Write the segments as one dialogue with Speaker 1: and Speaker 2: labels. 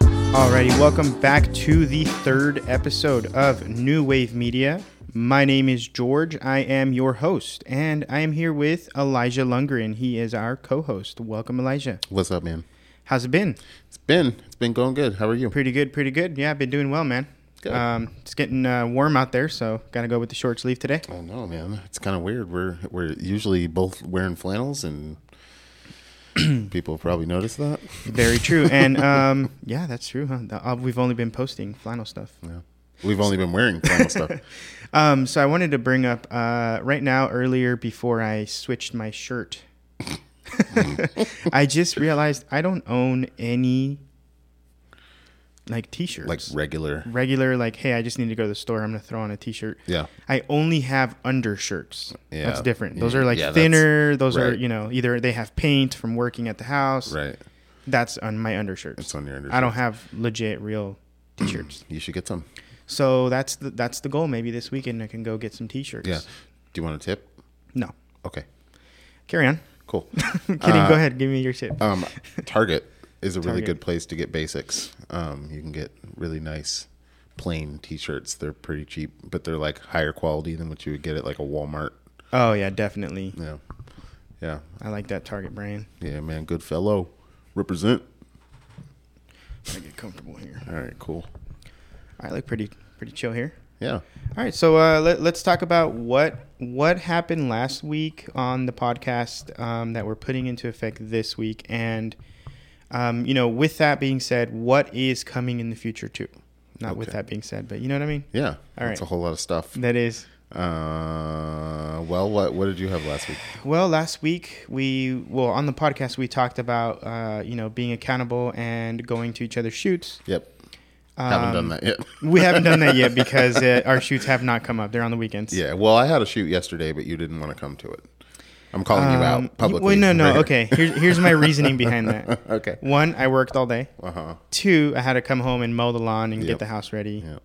Speaker 1: Alrighty, welcome back to the third episode of New Wave Media. My name is George. I am your host, and I am here with Elijah Lundgren. He is our co-host. Welcome, Elijah.
Speaker 2: What's up, man?
Speaker 1: How's it been?
Speaker 2: It's been it's been going good. How are you?
Speaker 1: Pretty good, pretty good. Yeah, I've been doing well, man.
Speaker 2: Good.
Speaker 1: Um, it's getting uh, warm out there, so gotta go with the short sleeve today.
Speaker 2: I know, man. It's kind of weird. We're we're usually both wearing flannels, and people probably notice that.
Speaker 1: Very true. And um, yeah, that's true. Huh? The- uh, we've only been posting flannel stuff.
Speaker 2: Yeah. We've only been wearing flannel stuff.
Speaker 1: Um, so I wanted to bring up uh, right now earlier before I switched my shirt. I just realized I don't own any like t-shirts.
Speaker 2: like regular.
Speaker 1: regular like hey, I just need to go to the store, I'm going to throw on a t-shirt.
Speaker 2: Yeah.
Speaker 1: I only have undershirts.
Speaker 2: Yeah.
Speaker 1: That's different. Those
Speaker 2: Yeah.
Speaker 1: are like
Speaker 2: Yeah, that's-
Speaker 1: thinner, those are,
Speaker 2: right.
Speaker 1: you know, either they have paint from working at the house.
Speaker 2: Right.
Speaker 1: That's on my undershirts.
Speaker 2: It's on your undershirt.
Speaker 1: I don't have legit real t-shirts.
Speaker 2: You should get some.
Speaker 1: so that's the that's the goal maybe this weekend I can go get some t-shirts.
Speaker 2: Yeah. Do you want a tip?
Speaker 1: No.
Speaker 2: Okay.
Speaker 1: Carry on.
Speaker 2: Cool. Uh,
Speaker 1: I'm kidding. Go ahead. Give me your tip.
Speaker 2: Um, Target is a really
Speaker 1: Target.
Speaker 2: good place to get basics. Um, you can get really nice plain T-shirts. They're pretty cheap, but they're like higher quality than what you would get at like a Walmart.
Speaker 1: oh yeah, definitely.
Speaker 2: Yeah, yeah,
Speaker 1: I like that Target brand.
Speaker 2: yeah, man. Good fellow, represent.
Speaker 1: I get comfortable here.
Speaker 2: All right, cool.
Speaker 1: I look pretty pretty chill here.
Speaker 2: Yeah,
Speaker 1: All right, so uh, let, let's talk about what what happened last week on the podcast um, that we're putting into effect this week, and um, you know, with that being said, what is coming in the future too? Not with
Speaker 2: Okay.
Speaker 1: that being said, but you know what I mean.
Speaker 2: yeah.
Speaker 1: All
Speaker 2: That's
Speaker 1: right.
Speaker 2: a whole lot of stuff.
Speaker 1: That is
Speaker 2: Uh, well, what what did you have last week?
Speaker 1: Well, last week we well on the podcast we talked about uh, you know being accountable and going to each other's shoots.
Speaker 2: Yep, haven't done that yet.
Speaker 1: Um, We haven't done that yet because uh our shoots have not come up. They're on the weekends.
Speaker 2: yeah, well, I had a shoot yesterday, but you didn't want to come to it. I'm calling you
Speaker 1: Um,
Speaker 2: out publicly.
Speaker 1: Well, no, no.
Speaker 2: right
Speaker 1: Okay. Here's here's my reasoning behind that.
Speaker 2: here. okay.
Speaker 1: One, I worked all day.
Speaker 2: Uh huh.
Speaker 1: Two, I had to come home and mow the lawn and get
Speaker 2: Yep.
Speaker 1: the house ready.
Speaker 2: Yeah.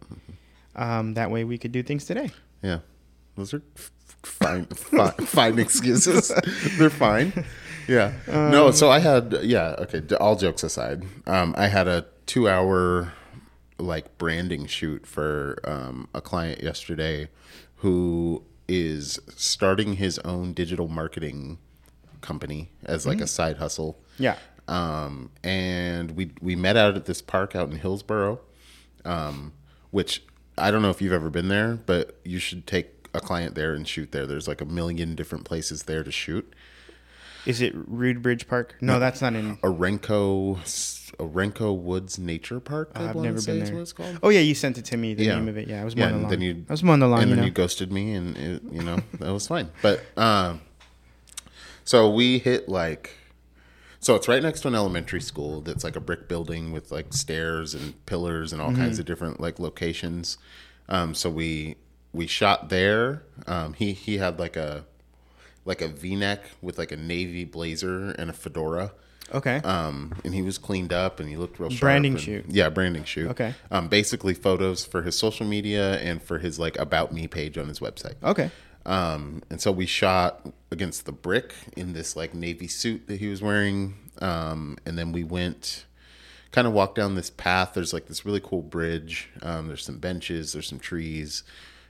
Speaker 1: Um, that way we could do things today.
Speaker 2: Yeah, those are f- fine, fine, fine excuses. They're fine. Yeah. no, so I had yeah. Okay, d- all jokes aside, um, I had a two-hour like branding shoot for um, a client yesterday who is starting his own digital marketing company as like a side hustle.
Speaker 1: Yeah.
Speaker 2: Um, and we we met out at this park out in Hillsboro, um, which I don't know if you've ever been there, but you should take a client there and shoot there. There's like a million different places there to shoot.
Speaker 1: Is it Rude Bridge Park? No, that's not in.
Speaker 2: Orenco Orenco Woods Nature Park. I
Speaker 1: I've
Speaker 2: wanna
Speaker 1: never
Speaker 2: say
Speaker 1: been
Speaker 2: is
Speaker 1: there.
Speaker 2: What it's called.
Speaker 1: Oh yeah, you sent it to me. The
Speaker 2: Yeah.
Speaker 1: name of it. Yeah, I was
Speaker 2: Yeah,
Speaker 1: mowing the
Speaker 2: and
Speaker 1: lawn.
Speaker 2: then you-
Speaker 1: I was mowing the lawn.
Speaker 2: and
Speaker 1: you
Speaker 2: then
Speaker 1: know.
Speaker 2: you ghosted me, and it, you know that was fine. But um, so we hit like, so it's right next to an elementary school that's like a brick building with like stairs and pillars and all
Speaker 1: Mm-hmm.
Speaker 2: kinds of different like locations. Um, so we we shot there. Um, he he had like a like a V neck with like a navy blazer and a fedora.
Speaker 1: okay.
Speaker 2: Um, and he was cleaned up and he looked real sharp.
Speaker 1: Branding
Speaker 2: and-
Speaker 1: shoot.
Speaker 2: Yeah, branding shoot.
Speaker 1: Okay.
Speaker 2: Um, basically photos for his social media and for his like about me page on his website.
Speaker 1: okay.
Speaker 2: Um, and so we shot against the brick in this like navy suit that he was wearing. Um, and then we went kind of walked down this path. There's like this really cool bridge. Um, there's some benches, there's some trees,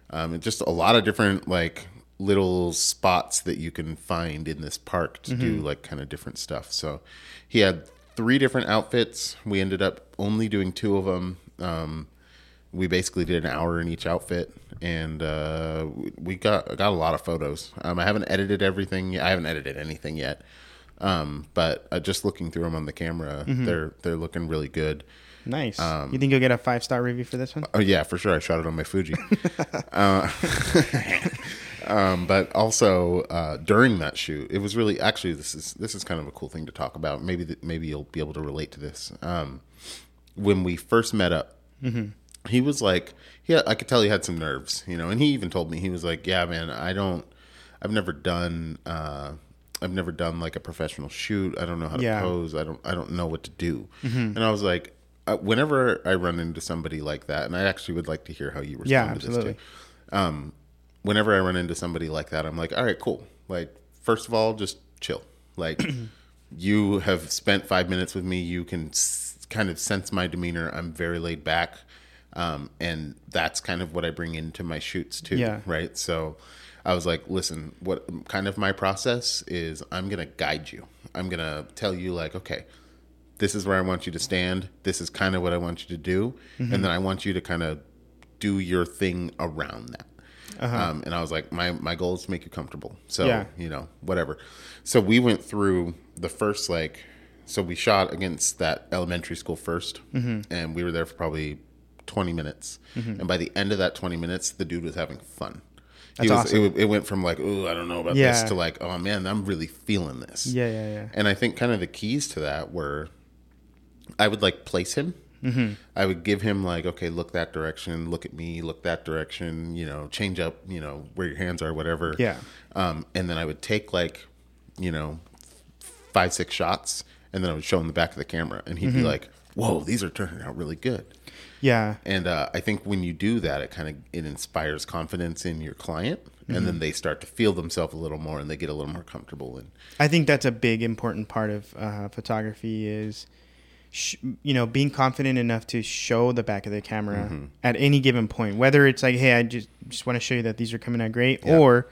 Speaker 2: um, and just a lot of different like little spots that you can find in this park to do like kind of different stuff. So he had three different outfits. We ended up only doing two of them. Um, we basically did an hour in each outfit and uh, we got got a lot of photos um, i haven't edited everything yet- i haven't edited anything yet um, but uh, just looking through them on the camera they're they're looking really good
Speaker 1: Nice.
Speaker 2: um,
Speaker 1: you think you'll get a five star review for this one?
Speaker 2: Oh yeah, for sure. I shot it on my Fuji. uh, um, but also uh, during that shoot, it was really actually this is this is kind of a cool thing to talk about. Maybe that maybe you'll be able to relate to this. Um, when we first met up,
Speaker 1: Mm-hmm.
Speaker 2: he was like, yeah, I could tell he had some nerves, you know. And he even told me he was like, yeah, man, I don't, I've never done. Uh, I've never done like a professional shoot. I don't know how to
Speaker 1: Yeah. Mm-hmm.
Speaker 2: pose pose. I don't I don't know what to do. And I was like, I, whenever I run into somebody like that, and I actually would like to hear how you respond
Speaker 1: Yeah,
Speaker 2: to
Speaker 1: absolutely.
Speaker 2: this too. Um, whenever I run into somebody like that, I'm like, all right, cool. Like, first of all, just chill. Like, you have spent five minutes with me. You can s- kind of sense my demeanor. I'm very laid back. Um, and that's kind of what I bring into my shoots too.
Speaker 1: Yeah.
Speaker 2: Right. So I was like, listen, what kind of my process is I'm going to guide you. I'm going to tell you, like, okay, this is where I want you to stand. This is kind of what I want you to do.
Speaker 1: Mm-hmm.
Speaker 2: And then I want you to kind of do your thing around that. Um, and I was like, my, my goal is to make you comfortable. So,
Speaker 1: Uh-huh. Yeah.
Speaker 2: you know, whatever. So we went through the first, like, so we shot against that elementary school 1st
Speaker 1: Mm-hmm.
Speaker 2: and we were there for probably 20 minutes. And by the end of that 20 minutes, the dude was having fun. He
Speaker 1: That's
Speaker 2: was, it, it went from like, oh, I don't know about
Speaker 1: Yeah.
Speaker 2: this to like, oh man, I'm really feeling this.
Speaker 1: Yeah, yeah, yeah.
Speaker 2: And I think kind of the keys to that were I would like place him. Mm-hmm. I would give him like, okay, look that direction, look at me, look that direction, you know, change up, you know, where your hands are, whatever.
Speaker 1: Yeah.
Speaker 2: Um, and then I would take like, you know, five, six shots, and then I would show him the back of the camera, and he'd be like, whoa, these are turning out really good.
Speaker 1: Yeah.
Speaker 2: And uh, I think when you do that, it kind of it inspires confidence in your client, and then they start to feel themselves a little more, and they get a little more comfortable. And
Speaker 1: I think that's a big important part of uh, photography is, sh- you know, being confident enough to show the back of the camera
Speaker 2: Mm-hmm.
Speaker 1: at any given point. Whether it's like, hey, I just just want to show you that these are coming out great,
Speaker 2: Yeah.
Speaker 1: or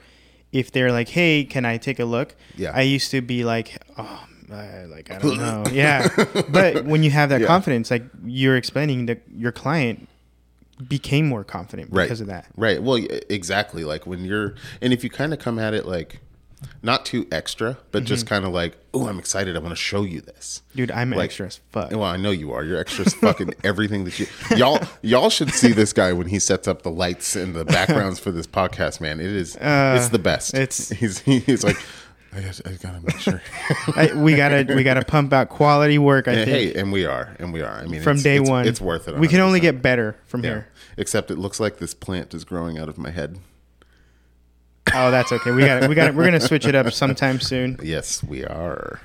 Speaker 1: if they're like, hey, can I take a look?
Speaker 2: Yeah.
Speaker 1: I used to be like, oh, uh, like I don't know, yeah. But when you have that
Speaker 2: Yeah.
Speaker 1: confidence, like you're explaining that your client became more confident
Speaker 2: right
Speaker 1: because of that.
Speaker 2: right well y- exactly like when you're and if you kind of come at it like not too extra but
Speaker 1: Mm-hmm.
Speaker 2: just kind of like oh i'm excited i want to show you this
Speaker 1: Dude, I'm
Speaker 2: Like-
Speaker 1: extra as fuck.
Speaker 2: well i know you are you're extra as fucking everything that you y'all y'all should see this guy when he sets up the lights and the backgrounds for this podcast man it is it's the best
Speaker 1: Uh, it's-
Speaker 2: he's he's like I, guess I gotta make sure.
Speaker 1: I, we gotta we gotta pump out quality work. I think.
Speaker 2: hey, and we are, and we are. I mean,
Speaker 1: from
Speaker 2: it's-
Speaker 1: day
Speaker 2: it's-
Speaker 1: one.
Speaker 2: it's worth it.
Speaker 1: We can only
Speaker 2: 100%.
Speaker 1: get better from
Speaker 2: Yeah.
Speaker 1: here.
Speaker 2: Except it looks like this plant is growing out of my head.
Speaker 1: Oh, that's okay. We got it. We got it. We're gonna switch it up sometime soon.
Speaker 2: Yes, we are.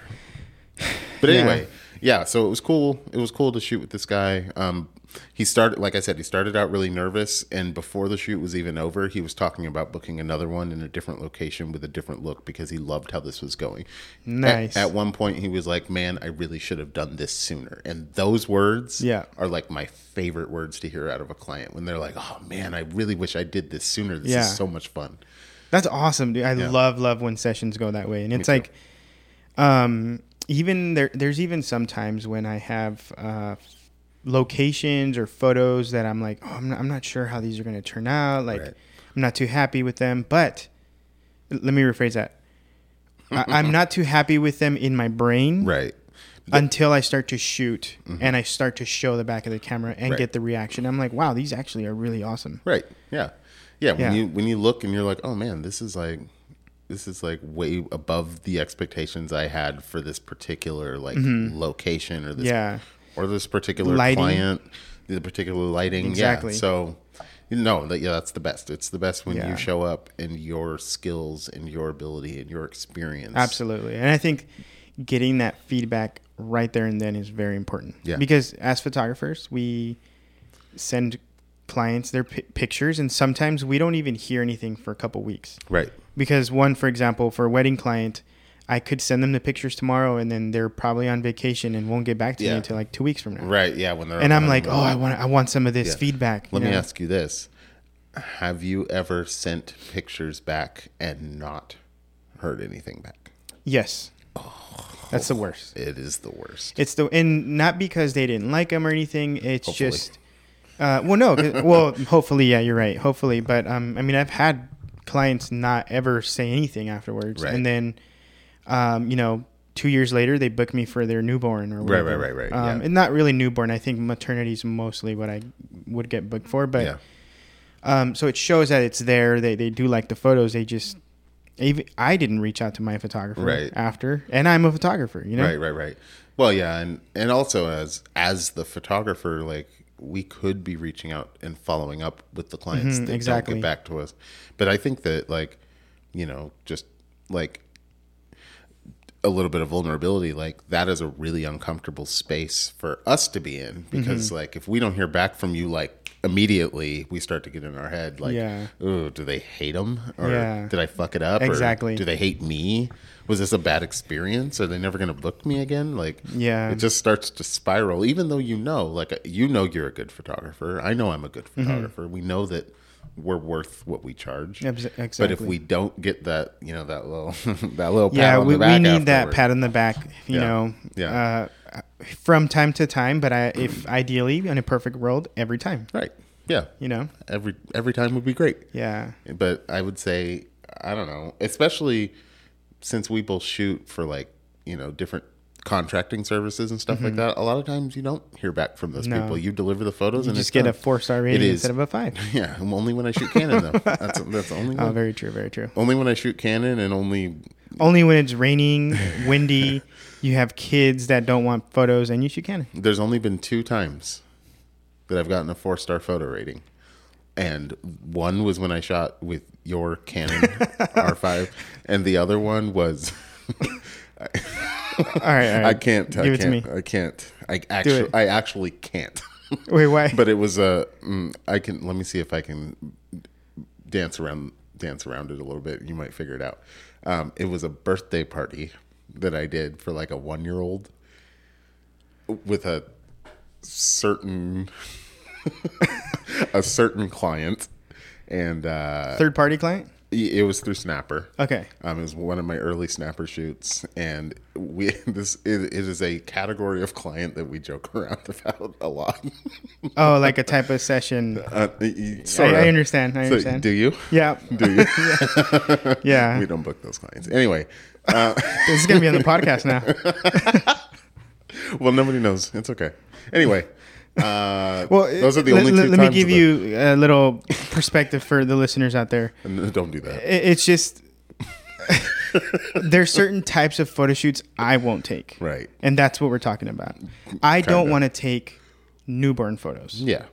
Speaker 2: But anyway, yeah. So it was cool. It was cool to shoot with this guy. Um, he started, like I said, he started out really nervous, and before the shoot was even over, he was talking about booking another one in a different location with a different look because he loved how this was going. At-
Speaker 1: Nice.
Speaker 2: At, one point, he was like, "Man, I really should have done this sooner." And those words,
Speaker 1: Yeah.
Speaker 2: are like my favorite words to hear out of a client when they're like, "Oh man, I really wish I did this sooner. This
Speaker 1: Yeah.
Speaker 2: is so much fun."
Speaker 1: That's awesome, dude. I love love when sessions go that way, and it's like, um, even there. There's even sometimes when I have uh, locations or photos that I'm like, oh, I'm not, I'm not sure how these are gonna turn out. Like,
Speaker 2: Right.
Speaker 1: I'm not too happy with them. But let me rephrase that. I, I'm not too happy with them in my brain.
Speaker 2: Right.
Speaker 1: until I start to shoot and I start to show the back of the camera and
Speaker 2: Mm-hmm. Right.
Speaker 1: get the reaction. I'm like, wow, these actually are really awesome.
Speaker 2: Right. Yeah. Yeah. When
Speaker 1: Yeah.
Speaker 2: you when you look and you're like, oh man, this is like this is like way above the expectations I had for this particular like location or this
Speaker 1: Mm-hmm. Yeah.
Speaker 2: or this particular
Speaker 1: Lighting.
Speaker 2: client, the particular lighting.
Speaker 1: Exactly.
Speaker 2: Yeah. So you know that yeah, that's the best. It's the best when
Speaker 1: Yeah.
Speaker 2: you show up and your skills and your ability and your experience.
Speaker 1: Absolutely. And I think getting that feedback right there and then is very important.
Speaker 2: Yeah.
Speaker 1: Because as photographers, we send clients their pi pictures and sometimes we don't even hear anything for a couple weeks.
Speaker 2: Right.
Speaker 1: because one for example for a wedding client i could send them the pictures tomorrow and then they're probably on vacation and won't get back to me
Speaker 2: Yeah.
Speaker 1: until like two weeks from now
Speaker 2: Right. Yeah. When they're
Speaker 1: and i'm
Speaker 2: on
Speaker 1: like oh
Speaker 2: honeymoon.
Speaker 1: i want i want some of this
Speaker 2: Yeah.
Speaker 1: feedback
Speaker 2: Let
Speaker 1: you
Speaker 2: me
Speaker 1: know?
Speaker 2: ask you this: Have you ever sent pictures back and not heard anything back?
Speaker 1: yes that's the worst
Speaker 2: It is the worst.
Speaker 1: it's the and not because they didn't like them or anything it's
Speaker 2: Hopefully.
Speaker 1: just uh, well no 'cause- well hopefully yeah you're right hopefully but um i mean i've had clients not ever say anything afterwards
Speaker 2: Right.
Speaker 1: and then um you know two years later they book me for their newborn or
Speaker 2: Right,
Speaker 1: whatever.
Speaker 2: right, right, right,
Speaker 1: um,
Speaker 2: yeah.
Speaker 1: and not really newborn i think maternity is mostly what i would get booked for but
Speaker 2: yeah,
Speaker 1: um so it shows that it's there they, they do like the photos they just even i didn't reach out to my photographer
Speaker 2: Right.
Speaker 1: after and i'm a photographer you know
Speaker 2: right, right, right. Well, yeah, and and also as as the photographer, like we could be reaching out and following up with the clients that
Speaker 1: Mm-hmm, exactly.
Speaker 2: don't get back to us. But I think that like you know just like a little bit of vulnerability like that is a
Speaker 1: Mm-hmm.
Speaker 2: really uncomfortable space for us to be in because like if we don't hear back from you like immediately we start to get in our head like,
Speaker 1: Yeah.
Speaker 2: oh, do they hate him or
Speaker 1: Yeah.
Speaker 2: did I fuck it up? Or
Speaker 1: Exactly.
Speaker 2: do they hate me? Was this a bad experience? Are they never going to book me again? Like,
Speaker 1: Yeah.
Speaker 2: it just starts to spiral. Even though you know, like, you know, you're a good photographer. I know I'm a good
Speaker 1: Mm-hmm.
Speaker 2: photographer. We know that we're worth what we charge.
Speaker 1: Ex-
Speaker 2: But if
Speaker 1: exactly.
Speaker 2: we don't get that, you know, that little, that little pat
Speaker 1: yeah,
Speaker 2: on
Speaker 1: we,
Speaker 2: the
Speaker 1: we
Speaker 2: back
Speaker 1: need that
Speaker 2: afterward.
Speaker 1: pat on the back, you
Speaker 2: Yeah.
Speaker 1: know,
Speaker 2: Yeah.
Speaker 1: Uh, from time to time. But I, if ideally in a perfect world, every time,
Speaker 2: Right. Yeah.
Speaker 1: you know,
Speaker 2: Every every time would be great.
Speaker 1: yeah,
Speaker 2: But I would say I don't know, especially since we both shoot for like, you know, different contracting services and stuff like that. A lot of times you don't hear back from those
Speaker 1: Mm-hmm. No.
Speaker 2: people. You deliver the photos and
Speaker 1: just
Speaker 2: it's
Speaker 1: get a
Speaker 2: done.
Speaker 1: four star rating
Speaker 2: is.
Speaker 1: instead of a five.
Speaker 2: Yeah, and only when I shoot Canon though. That's that's the only
Speaker 1: Oh,
Speaker 2: one.
Speaker 1: very true, very true.
Speaker 2: only when I shoot Canon and only
Speaker 1: Only when it's raining, windy, you have kids that don't want photos, and you should can.
Speaker 2: there's only been two times that I've gotten a four star photo rating. And one was when I shot with your Canon R5, and the other one was
Speaker 1: All right, all right.
Speaker 2: I can't. I
Speaker 1: Give it to
Speaker 2: can't.
Speaker 1: me.
Speaker 2: I can't. I actually.
Speaker 1: it.
Speaker 2: I actually can't.
Speaker 1: Wait, why?
Speaker 2: but it was a. mm, I can. Let me see if I can dance around. Dance around it a little bit. You might figure it out. Um, it was a birthday party that I did for like a one-year-old with a certain a certain client, and uh,
Speaker 1: Third party client?
Speaker 2: it it was through Snapper.
Speaker 1: Okay.
Speaker 2: Um, it was one of my early snapper shoots, and we this it, it is a category of client that we joke around about a lot.
Speaker 1: Oh, like a type of session.
Speaker 2: uh, y- y-
Speaker 1: I,
Speaker 2: sorta.
Speaker 1: I understand. I
Speaker 2: So,
Speaker 1: understand.
Speaker 2: do you?
Speaker 1: yeah.
Speaker 2: Do you?
Speaker 1: Yeah.
Speaker 2: we don't book those clients anyway.
Speaker 1: this is going to be on the podcast now.
Speaker 2: Well, nobody knows. It's okay. Anyway, uh,
Speaker 1: Well,
Speaker 2: those are the
Speaker 1: let,
Speaker 2: only
Speaker 1: let-
Speaker 2: two
Speaker 1: let
Speaker 2: times
Speaker 1: me give
Speaker 2: that-
Speaker 1: you a little perspective for the listeners out there.
Speaker 2: No, don't do that.
Speaker 1: It- It's just there's certain types of photo shoots I won't take.
Speaker 2: Right.
Speaker 1: And that's what we're talking about. I don't
Speaker 2: Kinda.
Speaker 1: want to take newborn photos.
Speaker 2: Yeah.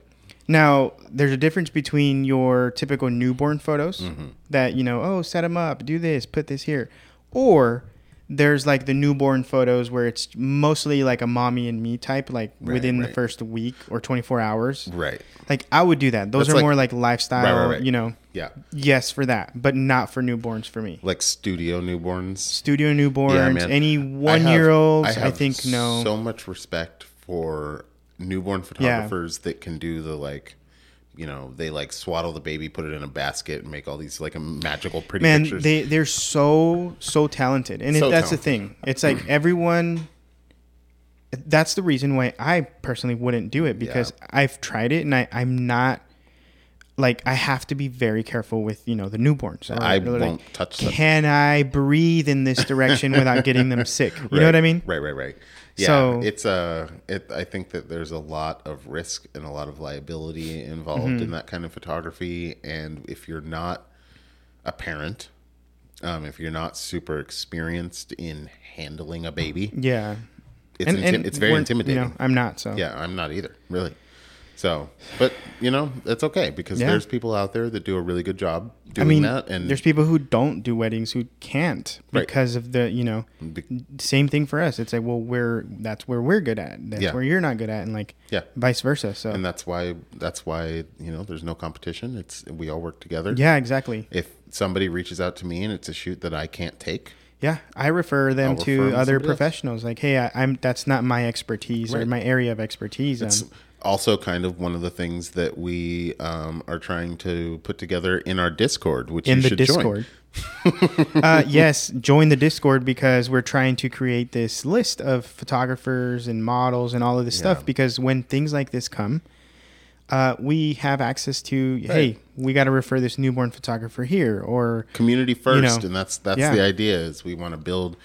Speaker 1: Now, there's a difference between your typical newborn photos
Speaker 2: Mm-hmm.
Speaker 1: that, you know, oh, set them up, do this, put this here. Or there's like the newborn photos where it's mostly like a mommy and me type, like within the
Speaker 2: right.
Speaker 1: first week or 24 hours.
Speaker 2: Right.
Speaker 1: Like I would do that. Those
Speaker 2: That's
Speaker 1: are
Speaker 2: like-
Speaker 1: more like lifestyle,
Speaker 2: Right, right, right.
Speaker 1: Um, you know.
Speaker 2: Yeah.
Speaker 1: Yes, for that, but not for newborns for me.
Speaker 2: Like studio newborns.
Speaker 1: Studio newborns,
Speaker 2: man.
Speaker 1: any one year olds, I, think no.
Speaker 2: So much respect for newborn photographers that can do the like, you know, they like swaddle the baby, put it in a basket, and make all these like magical pretty
Speaker 1: Man,
Speaker 2: pictures.
Speaker 1: they they're so so talented, and it,
Speaker 2: So
Speaker 1: that's the thing.
Speaker 2: talented.
Speaker 1: It's like everyone. That's the reason why I personally wouldn't do it because I've tried it and I I'm not. Like I have to be very careful with you know the newborns.
Speaker 2: I
Speaker 1: They're like,
Speaker 2: won't touch them.
Speaker 1: Can I breathe in this direction without getting them sick? You know
Speaker 2: Right,
Speaker 1: what I mean?
Speaker 2: Right, right, right. Yeah,
Speaker 1: So-
Speaker 2: it's a. It, I think that there's a lot of risk and a lot of liability involved
Speaker 1: Mm-hmm.
Speaker 2: in that kind of photography, and if you're not a parent, um, if you're not super experienced in handling a baby,
Speaker 1: Yeah,
Speaker 2: it's inti- it's very
Speaker 1: we're-
Speaker 2: intimidating.
Speaker 1: You know, I'm not so.
Speaker 2: Yeah, I'm not either, really. So, but you know, that's okay because
Speaker 1: Yeah.
Speaker 2: there's people out there that do a really good job
Speaker 1: I
Speaker 2: doing
Speaker 1: mean,
Speaker 2: that, and
Speaker 1: there's people who don't do weddings who can't
Speaker 2: Right.
Speaker 1: because of the you know.
Speaker 2: be-
Speaker 1: Same thing for us. It's like, well, we're that's where we're good at. That's
Speaker 2: Yeah.
Speaker 1: where you're not good at, and like,
Speaker 2: Yeah.
Speaker 1: vice versa. So
Speaker 2: and that's why that's why you know there's no competition. It's we all work together.
Speaker 1: yeah, exactly.
Speaker 2: If somebody reaches out to me and it's a shoot that I can't take,
Speaker 1: Yeah, I refer them
Speaker 2: I'll
Speaker 1: to
Speaker 2: refer 'em to
Speaker 1: other
Speaker 2: somebody else.
Speaker 1: professionals. Like, hey, I, I'm that's not my expertise or
Speaker 2: Right.
Speaker 1: my area of expertise.
Speaker 2: it's
Speaker 1: Um,
Speaker 2: also kind of one of the things that we um, are trying to put together in our Discord, which
Speaker 1: in
Speaker 2: you
Speaker 1: the
Speaker 2: should
Speaker 1: Discord.
Speaker 2: join.
Speaker 1: uh, yes, join the Discord because we're trying to create this list of photographers and models and all of this stuff. Because when things like this come, uh, we have access to hey, we got to refer this newborn photographer here or
Speaker 2: Community first,
Speaker 1: know,
Speaker 2: and that's that's
Speaker 1: yeah.
Speaker 2: the idea. Is we want to build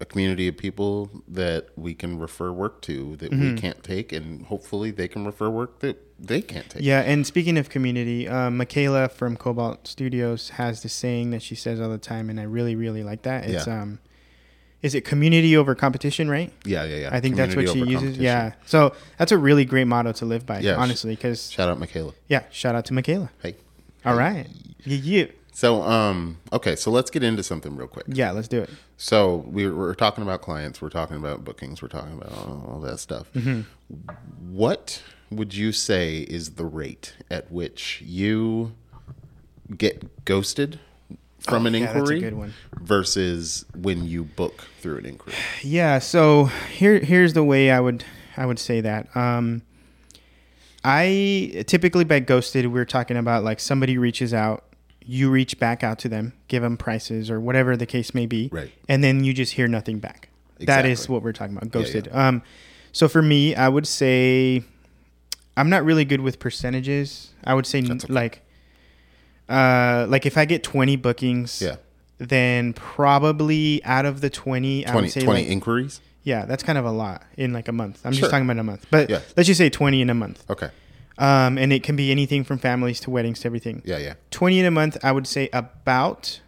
Speaker 2: a community of people that we can refer work to that
Speaker 1: Mm-hmm.
Speaker 2: we can't take, and hopefully they can refer work that they can't take.
Speaker 1: Yeah, and speaking of community, uh, Michaela from Cobalt Studios has this saying that she says all the time, and I really, really like that. It's
Speaker 2: Yeah.
Speaker 1: um, is it community over competition, right?
Speaker 2: Yeah, yeah, yeah.
Speaker 1: I think that's what she
Speaker 2: Community over
Speaker 1: uses.
Speaker 2: competition.
Speaker 1: Yeah, so that's a really great motto to live by,
Speaker 2: Yeah, sh-
Speaker 1: honestly. Because
Speaker 2: Shout out, Michaela.
Speaker 1: yeah, shout out to Michaela.
Speaker 2: Hey.
Speaker 1: All right, yeah, yeah.
Speaker 2: So, um, okay, so let's get into something real quick.
Speaker 1: Yeah, let's do it.
Speaker 2: So we we're, we're talking about clients, we're talking about bookings, we're talking about all, all that stuff.
Speaker 1: Mm-hmm.
Speaker 2: What would you say is the rate at which you get ghosted from an
Speaker 1: Oh, yeah, that's a
Speaker 2: inquiry
Speaker 1: good one.
Speaker 2: versus when you book through an inquiry?
Speaker 1: Yeah, so here here's the way I would I would say that. Um I typically by ghosted we're talking about like somebody reaches out, you reach back out to them, give them prices or whatever the case may be,
Speaker 2: Right.
Speaker 1: and then you just hear nothing back. That is
Speaker 2: Exactly.
Speaker 1: what we're talking about, ghosted. Um so for me, I would say I'm not really good with percentages. I would say
Speaker 2: That's okay.
Speaker 1: like uh like if I get 20 bookings,
Speaker 2: Yeah.
Speaker 1: then probably out of the 20, I
Speaker 2: 20,
Speaker 1: would say
Speaker 2: 20
Speaker 1: like
Speaker 2: inquiries?
Speaker 1: yeah, that's kind of a lot in like a month. I'm
Speaker 2: Sure.
Speaker 1: just talking about a month, but
Speaker 2: Yeah.
Speaker 1: let's just say 20 in a month.
Speaker 2: Okay.
Speaker 1: Um, and it can be anything from families to weddings to everything.
Speaker 2: Yeah, yeah.
Speaker 1: 20 in a month, I would say about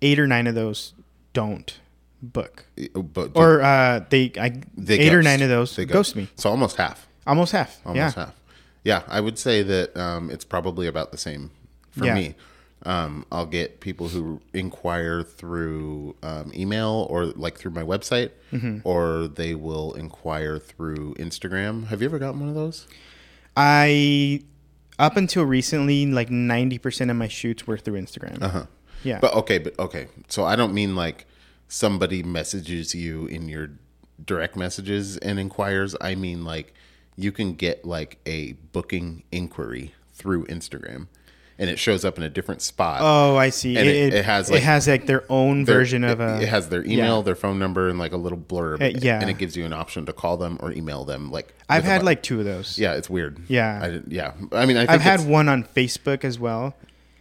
Speaker 1: eight or nine of those don't book,
Speaker 2: Eh, But
Speaker 1: or uh, they I
Speaker 2: they
Speaker 1: eight or
Speaker 2: ghost.
Speaker 1: nine of those
Speaker 2: They
Speaker 1: ghost me.
Speaker 2: So almost half.
Speaker 1: Almost half.
Speaker 2: almost
Speaker 1: yeah.
Speaker 2: half. Yeah, I would say that um, it's probably about the same for
Speaker 1: Yeah.
Speaker 2: me. Um, I'll get people who inquire through um, email or like through my website,
Speaker 1: Mm-hmm.
Speaker 2: or they will inquire through Instagram. Have you ever gotten one of those?
Speaker 1: I up until recently, like 90% of my shoots were through Instagram. Uh huh. Yeah.
Speaker 2: Uh-huh. But okay, but okay. So I don't mean like somebody messages you in your direct messages and inquires. I mean like you can get like a booking inquiry through Instagram, and it shows up in a different spot.
Speaker 1: Oh, I see. It,
Speaker 2: And
Speaker 1: it,
Speaker 2: it has,
Speaker 1: has like,
Speaker 2: like,
Speaker 1: it has like their own
Speaker 2: their-
Speaker 1: version of
Speaker 2: it-
Speaker 1: a.
Speaker 2: it has their email, their phone number, and like a little blurb.
Speaker 1: Uh, yeah.
Speaker 2: and it gives you an option to call them or email them. Like
Speaker 1: I've
Speaker 2: with a
Speaker 1: had
Speaker 2: button.
Speaker 1: like two of those.
Speaker 2: yeah, it's weird.
Speaker 1: Yeah.
Speaker 2: I didn't, yeah. I mean, I think
Speaker 1: I've had
Speaker 2: it's-
Speaker 1: one on Facebook as well,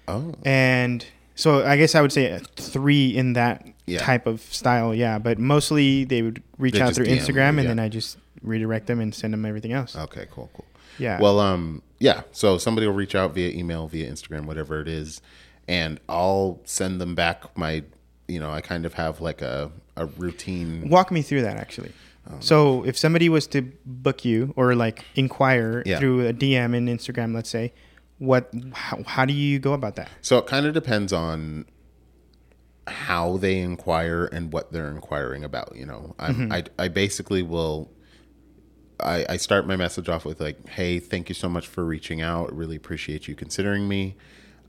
Speaker 2: oh
Speaker 1: and so I guess I would say uh, three in that
Speaker 2: Yeah.
Speaker 1: type of style. Yeah, but mostly they would reach
Speaker 2: They
Speaker 1: out
Speaker 2: just
Speaker 1: through
Speaker 2: DM,
Speaker 1: Instagram, and
Speaker 2: yeah.
Speaker 1: then I just redirect them and send them everything else.
Speaker 2: oh, okay, cool, cool.
Speaker 1: Yeah.
Speaker 2: Well, um, yeah. So somebody will reach out via email, via Instagram, whatever it is, and I'll send them back my. You know, I kind of have like a a routine.
Speaker 1: Walk me through that actually.
Speaker 2: Oh,
Speaker 1: So if somebody was to book you or like inquire
Speaker 2: Yeah.
Speaker 1: through a DM in Instagram, let's say, what how, how do you go about that?
Speaker 2: So it kind of depends on how they inquire and what they're inquiring about. You know, I'm, I I basically will. I, I start my message off with like, "Hey, thank you so much for reaching out. Really appreciate you considering me."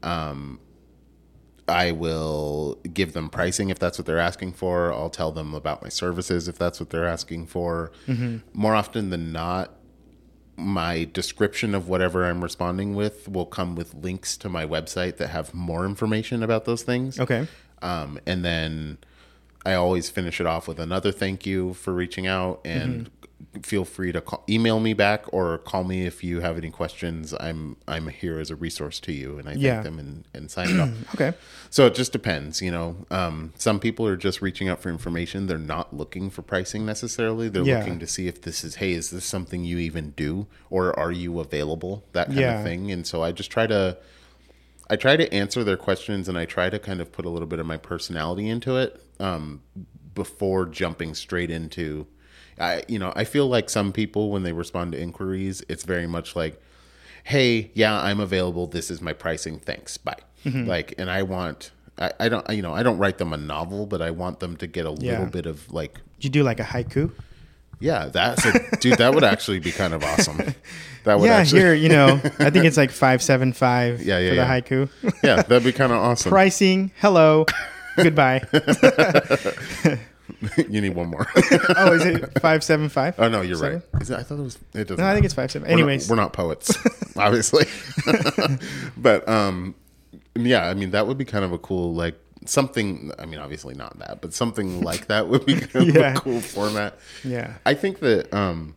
Speaker 2: Um, I will give them pricing if that's what they're asking for. I'll tell them about my services if that's what they're asking for. More often than not, my description of whatever I'm responding with will come with links to my website that have more information about those things.
Speaker 1: Okay.
Speaker 2: Um, and then I always finish it off with another thank you for reaching out and feel free to call, email me back or call me if you have any questions. I'm I'm here as a resource to you and I thank
Speaker 1: Yeah.
Speaker 2: them and, and sign it off.
Speaker 1: Okay.
Speaker 2: So it just depends, you know. Um, some people are just reaching out for information. They're not looking for pricing necessarily. They're
Speaker 1: Yeah.
Speaker 2: looking to see if this is, hey, is this something you even do, or are you available? That kind
Speaker 1: Yeah.
Speaker 2: of thing. And so I just try to, I try to answer their questions, and I try to kind of put a little bit of my personality into it um, before jumping straight into. I, you know, I feel like some people when they respond to inquiries, it's very much like, hey yeah i'm available this is my pricing thanks bye
Speaker 1: Mm-hmm.
Speaker 2: like and i want I, I don't you know i don't write them a novel but i want them to get a
Speaker 1: Yeah.
Speaker 2: little bit of like
Speaker 1: Did you do like a haiku?
Speaker 2: yeah that's a dude that would actually be kind of awesome that would
Speaker 1: yeah,
Speaker 2: actually
Speaker 1: here, you know, I think it's like 575
Speaker 2: Yeah, yeah,
Speaker 1: for
Speaker 2: yeah.
Speaker 1: the haiku.
Speaker 2: yeah that'd be kind of awesome
Speaker 1: Pricing, hello, goodbye.
Speaker 2: you need one more
Speaker 1: oh, is it 575?
Speaker 2: oh no you're
Speaker 1: Seven?
Speaker 2: right is it, i thought it was it doesn't
Speaker 1: No, I
Speaker 2: matter.
Speaker 1: think it's 575.
Speaker 2: We're not-
Speaker 1: Anyways,
Speaker 2: we're not, poets, obviously. but um, yeah, I mean that would be kind of a cool like something. I mean, obviously not that, but something like that would be kind of
Speaker 1: Yeah.
Speaker 2: a cool format.
Speaker 1: Yeah.
Speaker 2: I think that um,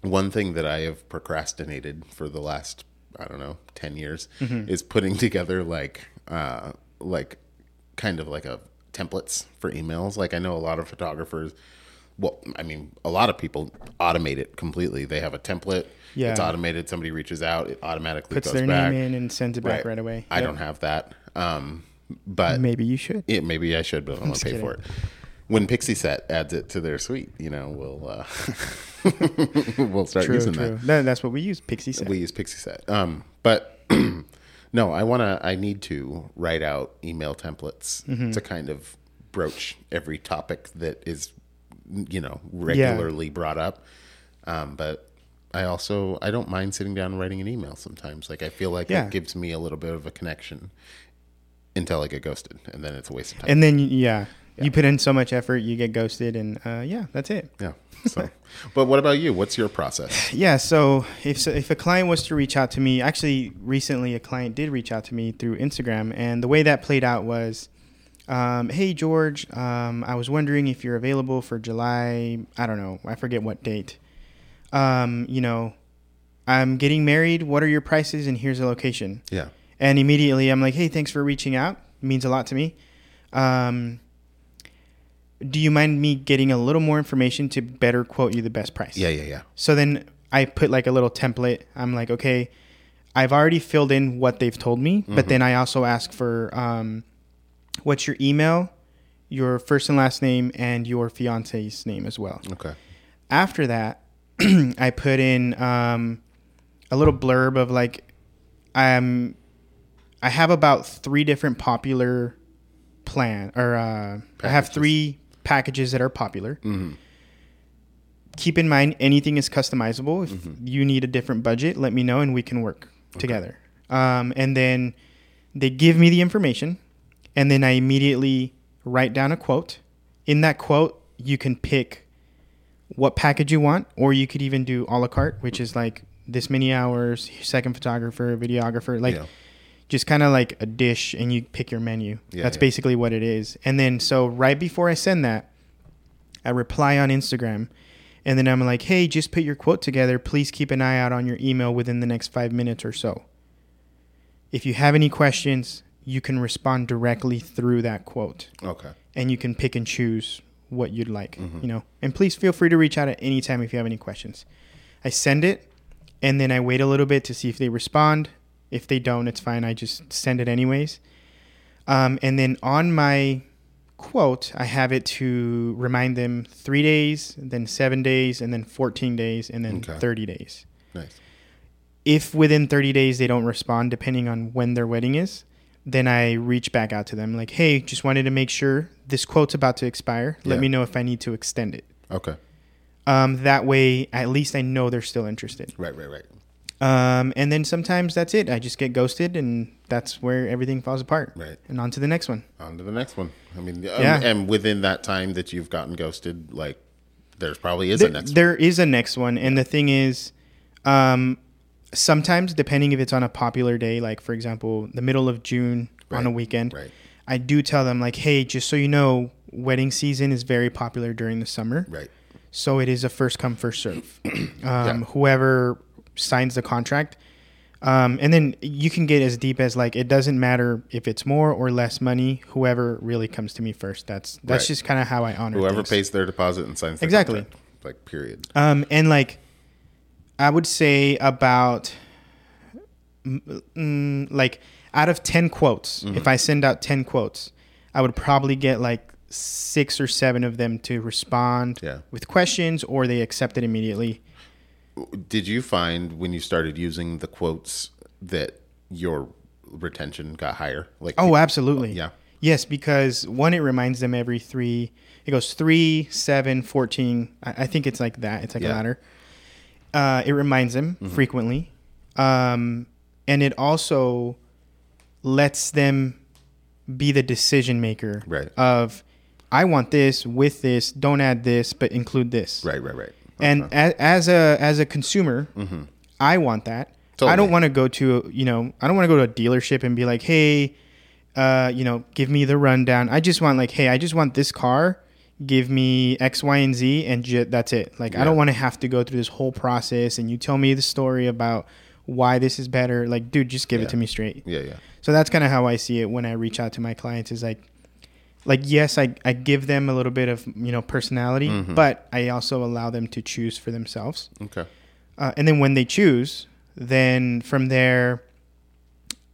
Speaker 2: one thing that I have procrastinated for the last I don't know ten years
Speaker 1: Mm-hmm.
Speaker 2: is putting together like uh, like kind of like a templates for emails. Like I know a lot of photographers. Well, I mean, a lot of people automate it completely. They have a template.
Speaker 1: Yeah.
Speaker 2: It's automated. Somebody reaches out, it automatically
Speaker 1: puts
Speaker 2: goes
Speaker 1: their
Speaker 2: back.
Speaker 1: name in and sends it back right away.
Speaker 2: I don't have that. Um, but
Speaker 1: Maybe you should.
Speaker 2: it, maybe I should, but I don't want
Speaker 1: just
Speaker 2: to pay
Speaker 1: kidding.
Speaker 2: for it. When Pixie Set adds it to their suite, you know, we'll uh, we'll start
Speaker 1: True,
Speaker 2: using
Speaker 1: true.
Speaker 2: that.
Speaker 1: That- that's what we use, Pixie set.
Speaker 2: We use Pixie Set. Um, but No, I want to. I need to write out email templates
Speaker 1: Mm-hmm.
Speaker 2: to kind of broach every topic that is, you know, regularly brought up. Um, but I also I don't mind sitting down and writing an email sometimes. Like I feel like
Speaker 1: Yeah.
Speaker 2: it gives me a little bit of a connection until I get ghosted, and then it's a waste of time.
Speaker 1: And then yeah, you put in so much effort, you get ghosted, and uh, yeah, that's it.
Speaker 2: yeah. So, but what about you? What's your process?
Speaker 1: Yeah. So if if a client was to reach out to me, actually recently a client did reach out to me through Instagram, and the way that played out was, um, hey George, um, I was wondering if you're available for July. I don't know. I forget what date. Um, you know, I'm getting married. What are your prices? And here's a location.
Speaker 2: Yeah.
Speaker 1: And immediately I'm like, hey, thanks for reaching out. It means a lot to me. Um, do you mind me getting a little more information to better quote you the best price?
Speaker 2: Yeah. Yeah. Yeah.
Speaker 1: So then I put like a little template. I'm like, okay, I've already filled in what they've told me, but then I also ask for um, what's your email, your first and last name, and your fiance's name as well
Speaker 2: Okay.
Speaker 1: after that, I put in um, a little blurb of like, um, I have about three different popular plan or uh, I have three packages that are popular.
Speaker 2: Mm-hmm.
Speaker 1: Keep in mind, anything is customizable. If you need a different budget, let me know and we can work together. Um, and then they give me the information, and then I immediately write down a quote. In that quote, you can pick what package you want, or you could even do a la carte, which is like this many hours, second photographer, videographer, like
Speaker 2: Yeah.
Speaker 1: just kind of like a dish, and you pick your menu.
Speaker 2: Yeah,
Speaker 1: That's
Speaker 2: yeah.
Speaker 1: basically what it is. And then so right before I send that, I reply on Instagram, and then I'm like, hey, just put your quote together. Please keep an eye out on your email within the next five minutes or so. If you have any questions, you can respond directly through that quote
Speaker 2: Okay.
Speaker 1: and you can pick and choose what you'd like, you know. And please feel free to reach out at any time if you have any questions. I send it and then I wait a little bit to see if they respond. If they don't, it's fine. I just send it anyways. Um, and then on my quote, I have it to remind them three days, then seven days, and then 14 days, and then
Speaker 2: Okay.
Speaker 1: 30 days
Speaker 2: Nice.
Speaker 1: if within 30 days they don't respond depending on when their wedding is then i reach back out to them like hey just wanted to make sure this quote's about to expire let
Speaker 2: Yeah.
Speaker 1: me know if i need to extend it
Speaker 2: Okay.
Speaker 1: um, that way at least i know they're still interested
Speaker 2: Right. Right. Right.
Speaker 1: um, and then sometimes that's it i just get ghosted and that's where everything falls apart
Speaker 2: Right.
Speaker 1: and on to the next one
Speaker 2: on to the next one. I mean,
Speaker 1: Yeah.
Speaker 2: um, and within that time that you've gotten ghosted, like there's probably is
Speaker 1: There
Speaker 2: a
Speaker 1: is
Speaker 2: next.
Speaker 1: there is a next one, and the thing is, um, sometimes depending if it's on a popular day, like for example, the middle of June on
Speaker 2: Right,
Speaker 1: a weekend,
Speaker 2: right.
Speaker 1: I do tell them like, hey, just so you know, wedding season is very popular during the summer,
Speaker 2: one. right.
Speaker 1: so it is a first come first serve. um,
Speaker 2: Yeah.
Speaker 1: Whoever signs the contract. Um, and then you can get as deep as like it doesn't matter if it's more or less money. Whoever really comes to me first, that's that's
Speaker 2: Right.
Speaker 1: just kind of how I honor
Speaker 2: Whoever
Speaker 1: things.
Speaker 2: pays their deposit and signs their
Speaker 1: Exactly.
Speaker 2: contract, like period.
Speaker 1: Um, and like, I would say about mm, like out of ten quotes, if I send out ten quotes, I would probably get like six or seven of them to respond
Speaker 2: Yeah.
Speaker 1: with questions or they accept it immediately.
Speaker 2: Did you find when you started using the quotes that your retention got higher? Like
Speaker 1: Oh, absolutely.
Speaker 2: yeah.
Speaker 1: Yes, because one, it reminds them every three, it goes three, seven, 14. I, I think it's like that. It's like a
Speaker 2: Yeah. Mm-hmm.
Speaker 1: ladder. Uh, it reminds them frequently. Um, and it also lets them be the decision maker
Speaker 2: Right.
Speaker 1: of, I want this with this, don't add this, but include this.
Speaker 2: right, right, right.
Speaker 1: And a, as a as a consumer, I want that. I
Speaker 2: Mm-hmm. Totally.
Speaker 1: don't want to go to a, you know I don't want to go to a dealership and be like, hey, uh, you know, give me the rundown. I just want like, hey, I just want this car. Give me X, Y, and Z, and j- that's it. Like I don't want to have to go through this whole process and you tell me the story about why this is better. Like, dude, just give it to me straight.
Speaker 2: yeah, yeah,
Speaker 1: So that's kind of how I see it when I reach out to my clients is like, like yes, I, I give them a little bit of you know personality, but I also allow them to choose for themselves.
Speaker 2: okay,
Speaker 1: Uh, and then when they choose, then from there,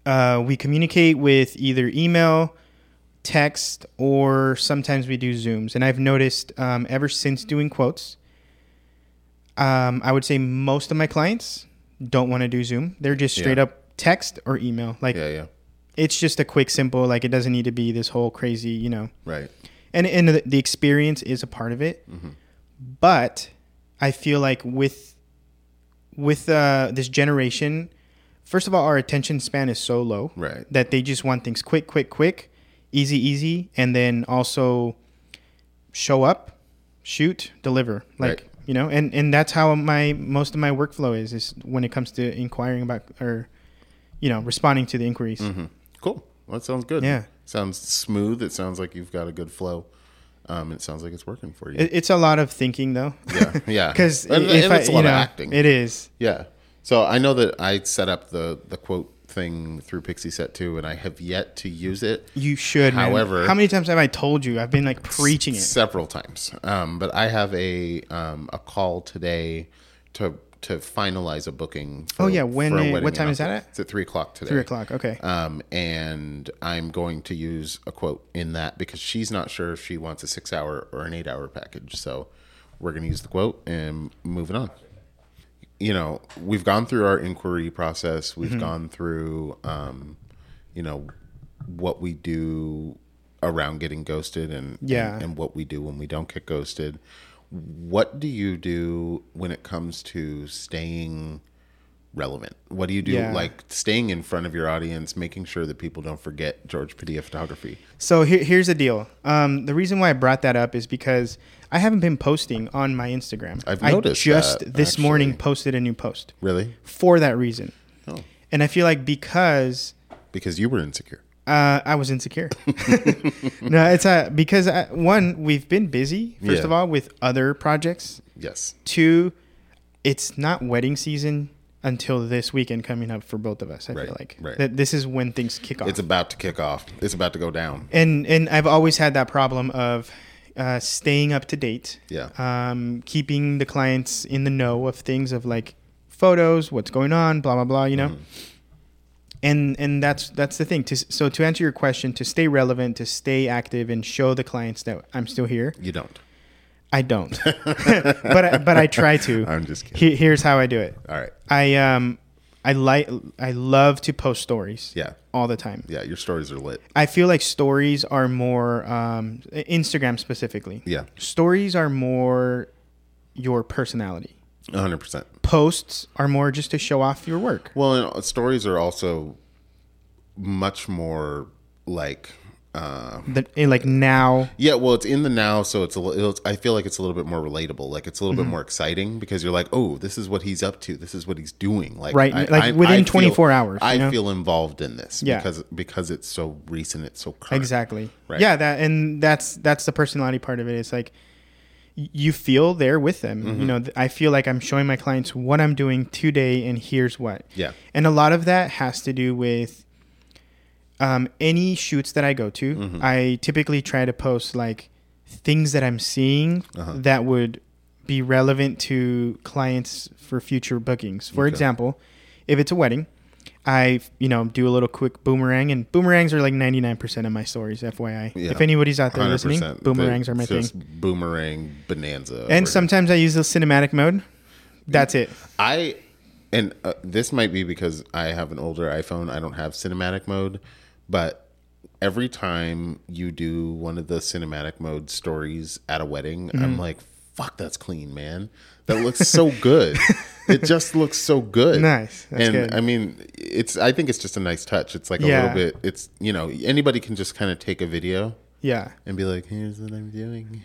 Speaker 1: uh, we communicate with either email, text, or sometimes we do Zooms. And I've noticed um, ever since doing quotes, um, I would say most of my clients don't want to do Zoom. They're just straight
Speaker 2: Yeah.
Speaker 1: up text or email. Like
Speaker 2: Yeah, yeah.
Speaker 1: it's just a quick, simple. Like it doesn't need to be this whole crazy, you know.
Speaker 2: Right.
Speaker 1: And and the- the experience is a part of it,
Speaker 2: Mm-hmm.
Speaker 1: but I feel like with with uh, this generation, first of all, our attention span is so low
Speaker 2: Right.
Speaker 1: that they just want things quick, quick, quick, easy, easy, and then also show up, shoot, deliver. Like
Speaker 2: Right.
Speaker 1: you know, and and that's how my most of my workflow is is when it comes to inquiring about or you know responding to the inquiries.
Speaker 2: Mm-hmm. Cool. Well, that sounds good.
Speaker 1: Yeah.
Speaker 2: Sounds smooth. It sounds like you've got a good flow. Um, it sounds like it's working for you.
Speaker 1: It, it's a lot of thinking though.
Speaker 2: yeah. Yeah.
Speaker 1: Because
Speaker 2: and,
Speaker 1: if
Speaker 2: and
Speaker 1: I,
Speaker 2: it's a
Speaker 1: you
Speaker 2: lot
Speaker 1: know,
Speaker 2: of acting.
Speaker 1: it is.
Speaker 2: Yeah. So I know that I set up the the quote thing through Pixie Set too, and I have yet to use it
Speaker 1: You should. man.
Speaker 2: However-
Speaker 1: how many times have I told you? I've been like preaching it.
Speaker 2: several times. Um, but I have a um, a call today to to finalize a booking. For,
Speaker 1: Oh, yeah.
Speaker 2: for
Speaker 1: When
Speaker 2: a
Speaker 1: it-
Speaker 2: wedding
Speaker 1: what time
Speaker 2: in
Speaker 1: is that
Speaker 2: Oc-
Speaker 1: at?
Speaker 2: It's at three o'clock today.
Speaker 1: Three o'clock. Okay.
Speaker 2: Um, and I'm going to use a quote in that because she's not sure if she wants a six hour or an eight hour package. So we're going to use the quote and moving on. You know, we've gone through our inquiry process,
Speaker 1: Mm-hmm.
Speaker 2: we've gone through, um, you know, what we do around getting ghosted and,
Speaker 1: Yeah.
Speaker 2: and, and what we do when we don't get ghosted. What do you do when it comes to staying? relevant? What do you do
Speaker 1: Yeah.
Speaker 2: like staying in front of your audience, making sure that people don't forget George Padilla photography?
Speaker 1: So here, here's the deal. Um, the reason why I brought that up is because I haven't been posting on my Instagram.
Speaker 2: I've
Speaker 1: I
Speaker 2: noticed
Speaker 1: just
Speaker 2: that,
Speaker 1: this morning
Speaker 2: actually.
Speaker 1: posted a new post
Speaker 2: Really?
Speaker 1: for that reason,
Speaker 2: Oh,
Speaker 1: and I feel like because
Speaker 2: because you were insecure.
Speaker 1: uh, I was insecure. no, it's uh, because I, one we've been busy first
Speaker 2: Yeah.
Speaker 1: of all with other projects.
Speaker 2: Yes.
Speaker 1: Two, it's not wedding season until this weekend coming up for both of us. I feel
Speaker 2: Right,
Speaker 1: like
Speaker 2: right.
Speaker 1: that this is when things kick off.
Speaker 2: It's about to kick off. It's about to go down.
Speaker 1: and and I've always had that problem of uh, staying up to date.
Speaker 2: Yeah.
Speaker 1: Um, keeping the clients in the know of things of like photos, what's going on, blah blah blah. You know.
Speaker 2: Mm-hmm.
Speaker 1: And and that's that's the thing. To, s- so to answer your question, to stay relevant, to stay active, and show the clients that I'm still here,
Speaker 2: You don't.
Speaker 1: I don't. but I, but I try to.
Speaker 2: I'm just kidding.
Speaker 1: He- here's how I do it.
Speaker 2: All right.
Speaker 1: I um I like I love to post stories.
Speaker 2: Yeah.
Speaker 1: All the time.
Speaker 2: Yeah. Your stories are lit.
Speaker 1: I feel like stories are more um, Instagram specifically.
Speaker 2: Yeah.
Speaker 1: Stories are more your personality.
Speaker 2: 100%.
Speaker 1: Posts are more just to show off your work.
Speaker 2: Well, and uh, stories are also much more like, uh,
Speaker 1: The, eh, like now,
Speaker 2: yeah, well, it's in the now, so it's a little. It's, I feel like it's a little bit more relatable. Like it's a little
Speaker 1: Mm-hmm.
Speaker 2: bit more exciting because you're like, oh, this is what he's up to. This is what he's doing. Like
Speaker 1: Right,
Speaker 2: I-
Speaker 1: like
Speaker 2: I-
Speaker 1: within
Speaker 2: I feel-
Speaker 1: 24 hours, you
Speaker 2: I
Speaker 1: know?
Speaker 2: feel involved in this
Speaker 1: Yeah.
Speaker 2: because because it's so recent. It's so current.
Speaker 1: exactly.
Speaker 2: Right.
Speaker 1: Yeah, that and that's that's the personality part of it. It's like y- you feel there with them.
Speaker 2: Mm-hmm.
Speaker 1: You know, th- I feel like I'm showing my clients what I'm doing today, and here's what.
Speaker 2: Yeah.
Speaker 1: And a lot of that has to do with um, any shoots that I go to.
Speaker 2: Mm-hmm.
Speaker 1: I typically try to post like things that I'm seeing
Speaker 2: Uh-huh.
Speaker 1: that would be relevant to clients for future bookings. For example, if it's a wedding, I you know do a little quick boomerang, and boomerangs are like 99% of my stories. FYI,
Speaker 2: Yeah.
Speaker 1: if anybody's out there
Speaker 2: Hundred
Speaker 1: listening,
Speaker 2: percent.
Speaker 1: boomerangs are my thing.
Speaker 2: just Boomerang bonanza.
Speaker 1: And
Speaker 2: We're-
Speaker 1: sometimes I use the cinematic mode. That's it.
Speaker 2: I and uh, this might be because I have an older iPhone. I don't have cinematic mode, but every time you do one of the cinematic mode stories at a wedding,
Speaker 1: Mm-hmm.
Speaker 2: I'm like, "Fuck, that's clean, man. That looks so good. it just looks so good."
Speaker 1: Nice. That's
Speaker 2: and
Speaker 1: good.
Speaker 2: I mean, it's. I think it's just a nice touch. It's like a
Speaker 1: Yeah.
Speaker 2: little bit. It's you know, anybody can just kind of take a video
Speaker 1: Yeah.
Speaker 2: and be like, "Here's what I'm doing."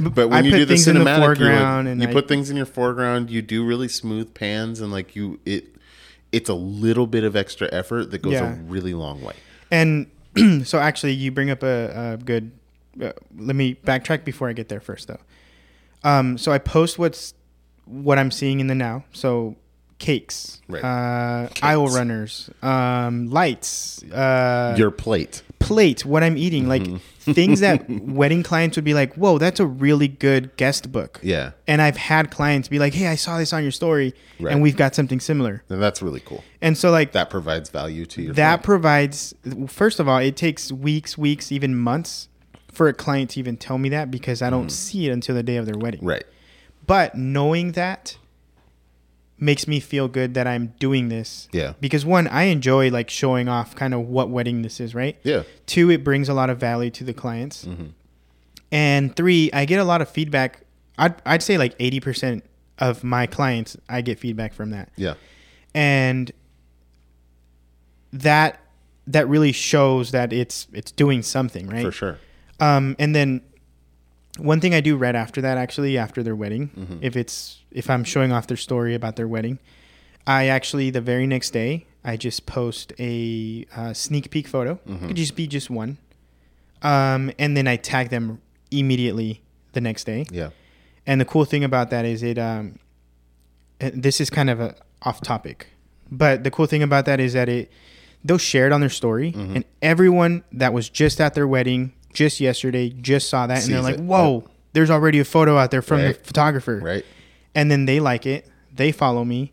Speaker 2: but when
Speaker 1: I
Speaker 2: you
Speaker 1: put
Speaker 2: do the
Speaker 1: things in
Speaker 2: cinematic,
Speaker 1: the
Speaker 2: you, like,
Speaker 1: foreground and
Speaker 2: you
Speaker 1: I-
Speaker 2: put things in your foreground. You do really smooth pans, and like you, it, it's a little bit of extra effort that goes
Speaker 1: Yeah.
Speaker 2: a really long way.
Speaker 1: And so, actually, you bring up a, a good. Uh, let me backtrack before I get there first, though. Um, so I post what's what I'm seeing in the now. So cakes,
Speaker 2: Right.
Speaker 1: uh, aisle runners, um, lights, uh,
Speaker 2: your plate,
Speaker 1: plate, what I'm eating,
Speaker 2: Mm-hmm.
Speaker 1: like things that wedding clients would be like, "Whoa, that's a really good guest book."
Speaker 2: yeah,
Speaker 1: And I've had clients be like, "Hey, I saw this on your story,
Speaker 2: Right.
Speaker 1: and we've got something similar."
Speaker 2: and that's really cool.
Speaker 1: And so, like,
Speaker 2: That provides value to your
Speaker 1: that
Speaker 2: plate.
Speaker 1: provides first of all it takes weeks weeks even months for a client to even tell me that
Speaker 2: Mm-hmm.
Speaker 1: because i don't see it until the day of their wedding
Speaker 2: right?
Speaker 1: but knowing that makes me feel good that I'm doing this.
Speaker 2: Yeah.
Speaker 1: Because one, I enjoy like showing off kind of what wedding this is, right?
Speaker 2: Yeah. Mm-hmm.
Speaker 1: Two, it brings a lot of value to the clients. And three, I get a lot of feedback. I'd, I'd say like 80% of my clients, I get feedback from that.
Speaker 2: Yeah.
Speaker 1: And that that really shows that it's it's doing something, right?
Speaker 2: For sure.
Speaker 1: Um, and then one thing I do right after that, actually, after their wedding,
Speaker 2: Mm-hmm.
Speaker 1: if it's if I'm showing off their story about their wedding, I actually the very next day I just post a uh, sneak peek photo.
Speaker 2: Mm-hmm.
Speaker 1: It could just be just one, um, and then I tag them immediately the next day.
Speaker 2: Yeah.
Speaker 1: And the cool thing about that is it. Um, and this is kind of a off topic, but the cool thing about that is that it they'll share it on their story,
Speaker 2: Mm-hmm.
Speaker 1: and everyone that was just at their wedding just yesterday just saw that, and they're
Speaker 2: Sees
Speaker 1: like,
Speaker 2: it.
Speaker 1: "Whoa, there's already a photo out there from the
Speaker 2: Right.
Speaker 1: photographer,"
Speaker 2: Right.
Speaker 1: and then they like it, they follow me,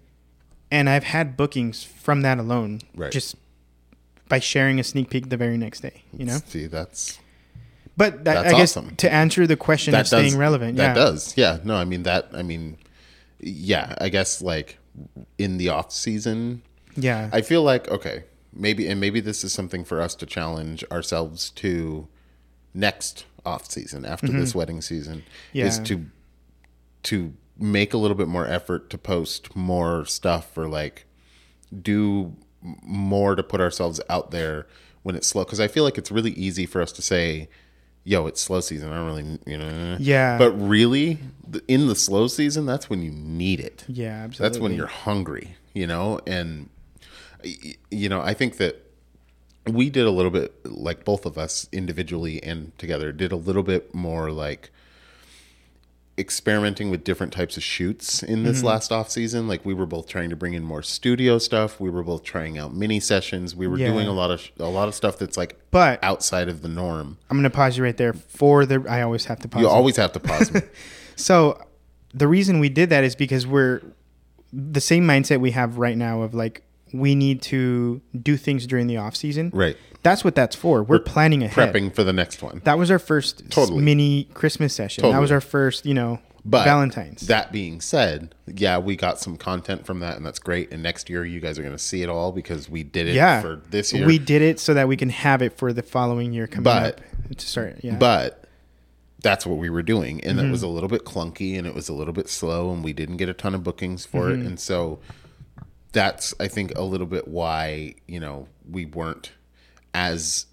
Speaker 1: and I've had bookings from that alone,
Speaker 2: Right.
Speaker 1: just by sharing a sneak peek the very next day, you know.
Speaker 2: See, that's
Speaker 1: But that,
Speaker 2: That's
Speaker 1: I guess
Speaker 2: awesome.
Speaker 1: to answer the question of staying relevant,
Speaker 2: That
Speaker 1: yeah.
Speaker 2: does. Yeah. No, I mean that. I mean, yeah. I guess like in the off season,
Speaker 1: yeah,
Speaker 2: I feel like okay, maybe and maybe this is something for us to challenge ourselves to next off season after this wedding season is
Speaker 1: Mm-hmm. Yeah.
Speaker 2: to to make a little bit more effort to post more stuff or like do m- more to put ourselves out there when it's slow because I feel like it's really easy for us to say, "Yo, it's slow season." I don't really, you know,
Speaker 1: Yeah.
Speaker 2: But really, th- in the slow season, that's when you need it
Speaker 1: yeah, absolutely.
Speaker 2: that's when you're hungry you know and y- y- you know i think that we did a little bit like both of us individually and together did a little bit more like experimenting with different types of shoots in
Speaker 1: Mm-hmm.
Speaker 2: this last off season like we were both trying to bring in more studio stuff we were both trying out mini sessions we were
Speaker 1: Yeah.
Speaker 2: doing a lot of sh- a lot of stuff that's like
Speaker 1: But
Speaker 2: outside of the norm
Speaker 1: I'm gonna pause you right there for the. I always have to pause.
Speaker 2: you
Speaker 1: it.
Speaker 2: always have to pause me
Speaker 1: So the reason we did that is because we're the same mindset we have right now of like we need to do things during the off season.
Speaker 2: right
Speaker 1: That's what that's for. We're, planning ahead.
Speaker 2: prepping for the next one
Speaker 1: That was our first s-
Speaker 2: Totally.
Speaker 1: mini Christmas session. That
Speaker 2: Totally.
Speaker 1: was our first, you know,
Speaker 2: But
Speaker 1: Valentine's.
Speaker 2: That being said, yeah, we got some content from that, and that's great. And next year, you guys are going to see it all because we did it
Speaker 1: yeah.
Speaker 2: for this year.
Speaker 1: we did it so that we can have it for the following year coming
Speaker 2: But-
Speaker 1: up to start. Yeah.
Speaker 2: but that's what we were doing, and
Speaker 1: Mm-hmm.
Speaker 2: it was a little bit clunky, and it was a little bit slow, and we didn't get a ton of bookings for
Speaker 1: Mm-hmm.
Speaker 2: it, and so that's I think a little bit why you know we weren't as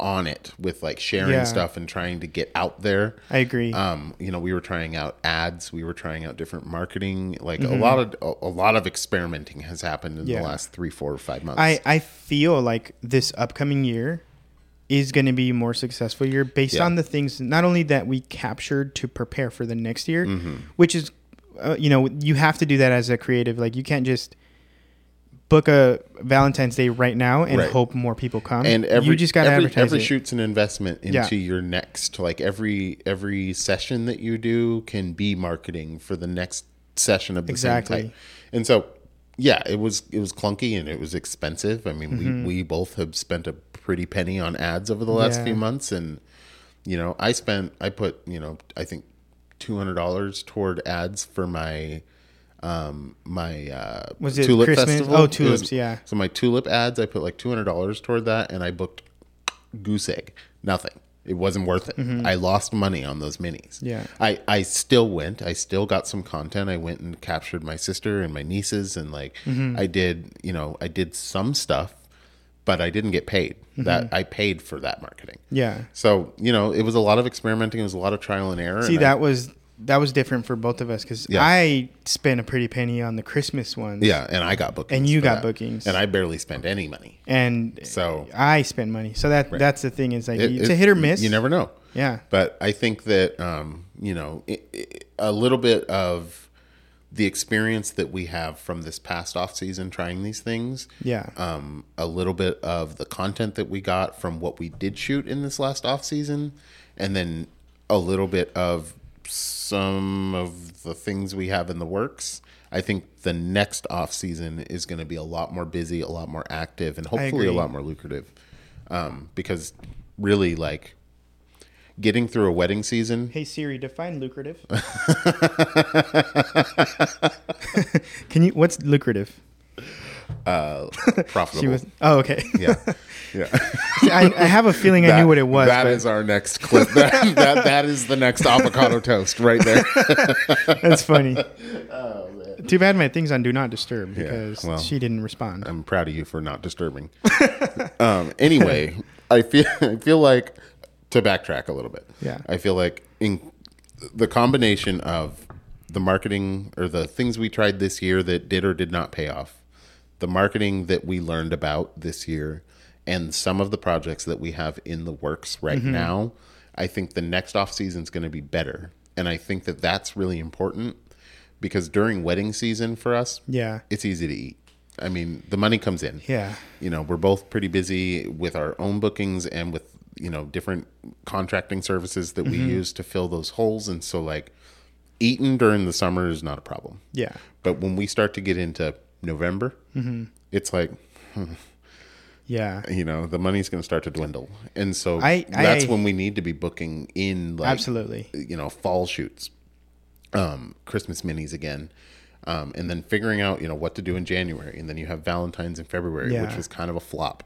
Speaker 2: on it with like sharing
Speaker 1: Yeah.
Speaker 2: stuff and trying to get out there.
Speaker 1: I agree.
Speaker 2: um you know we were trying out ads we were trying out different marketing like a lot of a, a lot of experimenting has happened in
Speaker 1: Mm-hmm. Yeah.
Speaker 2: the last three four or five months
Speaker 1: I, I feel like this upcoming year is going to be a more successful year based
Speaker 2: Yeah.
Speaker 1: on the things not only that we captured to prepare for the next year,
Speaker 2: Mm-hmm.
Speaker 1: which is, uh, you know, you have to do that as a creative. Like you can't just book a Valentine's Day right now and
Speaker 2: Right.
Speaker 1: hope more people come.
Speaker 2: and every
Speaker 1: you just got to
Speaker 2: every,
Speaker 1: advertise
Speaker 2: every
Speaker 1: it.
Speaker 2: shoot's an investment into
Speaker 1: Yeah.
Speaker 2: your next like every every session that you do can be marketing for the next session of the
Speaker 1: Exactly.
Speaker 2: same type and so yeah it was it was clunky and it was expensive i mean
Speaker 1: Mm-hmm.
Speaker 2: we we both have spent a pretty penny on ads over the last
Speaker 1: Yeah.
Speaker 2: few months and you know i spent i put you know i think $200 toward ads for my um my uh
Speaker 1: Was it Christmas? Oh,
Speaker 2: It was-
Speaker 1: tulips, yeah.
Speaker 2: so my tulip ads, I put like two hundred dollars toward that, and I booked goose egg. Nothing. It wasn't worth it. I lost money on those minis.
Speaker 1: Mm-hmm. Yeah.
Speaker 2: I I still went. I still got some content. I went and captured my sister and my nieces, and like
Speaker 1: Mm-hmm.
Speaker 2: I did. You know, I did some stuff, but I didn't get paid. That I paid for that marketing.
Speaker 1: Mm-hmm. yeah.
Speaker 2: So you know, it was a lot of experimenting. It was a lot of trial and error.
Speaker 1: See,
Speaker 2: and I-
Speaker 1: that was that was different for both of us because
Speaker 2: Yeah.
Speaker 1: I spent a pretty penny on the Christmas ones.
Speaker 2: yeah, and I got bookings.
Speaker 1: And you
Speaker 2: for
Speaker 1: got
Speaker 2: that.
Speaker 1: bookings.
Speaker 2: and I barely spent any money.
Speaker 1: And
Speaker 2: So-
Speaker 1: I spent money. So that that's the thing is like
Speaker 2: It-
Speaker 1: it's
Speaker 2: it-
Speaker 1: a hit or miss.
Speaker 2: You never know.
Speaker 1: Yeah.
Speaker 2: But I think that um, you know i i a little bit of the experience that we have from this past off season trying these things,
Speaker 1: Yeah.
Speaker 2: um, a little bit of the content that we got from what we did shoot in this last off season, and then a little bit of some of the things we have in the works. I think the next off season is going to be a lot more busy, a lot more active, and hopefully a
Speaker 1: agree.
Speaker 2: lot more lucrative. Um, because really, like getting through a wedding season
Speaker 1: Hey Siri, define lucrative. Can you? What's lucrative?
Speaker 2: Uh, profitable.
Speaker 1: She was. Oh, okay.
Speaker 2: yeah, yeah.
Speaker 1: I, I have a feeling I knew what it was.
Speaker 2: That
Speaker 1: but
Speaker 2: is our next clip. That, that, that is the next avocado toast right there.
Speaker 1: that's funny. Too bad my thing's on do not disturb because
Speaker 2: Oh, well. Um,
Speaker 1: she didn't respond.
Speaker 2: I'm proud of you for not disturbing. um, anyway, I feel I feel like to backtrack a little bit.
Speaker 1: Yeah.
Speaker 2: I feel like in the combination of the marketing or the things we tried this year that did or did not pay off, the marketing that we learned about this year, and some of the projects that we have in the works right now, I think the next off season is going to be better, and I think that that's really important because during wedding season for us,
Speaker 1: Yeah.
Speaker 2: it's easy to eat. I mean, the money comes in.
Speaker 1: Yeah.
Speaker 2: You know, we're both pretty busy with our own bookings and with, you know, different contracting services that
Speaker 1: Mm-hmm.
Speaker 2: we use to fill those holes. And so, like, eating during the summer is not a problem.
Speaker 1: Yeah.
Speaker 2: But when we start to get into November,
Speaker 1: Mm-hmm.
Speaker 2: it's like,
Speaker 1: Yeah.
Speaker 2: you know, the money's going to start to dwindle. And so
Speaker 1: I-
Speaker 2: that's
Speaker 1: I-
Speaker 2: when we need to be booking in, like,
Speaker 1: Absolutely.
Speaker 2: you know fall shoots um christmas minis again um and then figuring out you know what to do in january and then you have valentine's in february which
Speaker 1: Yeah.
Speaker 2: was kind of a flop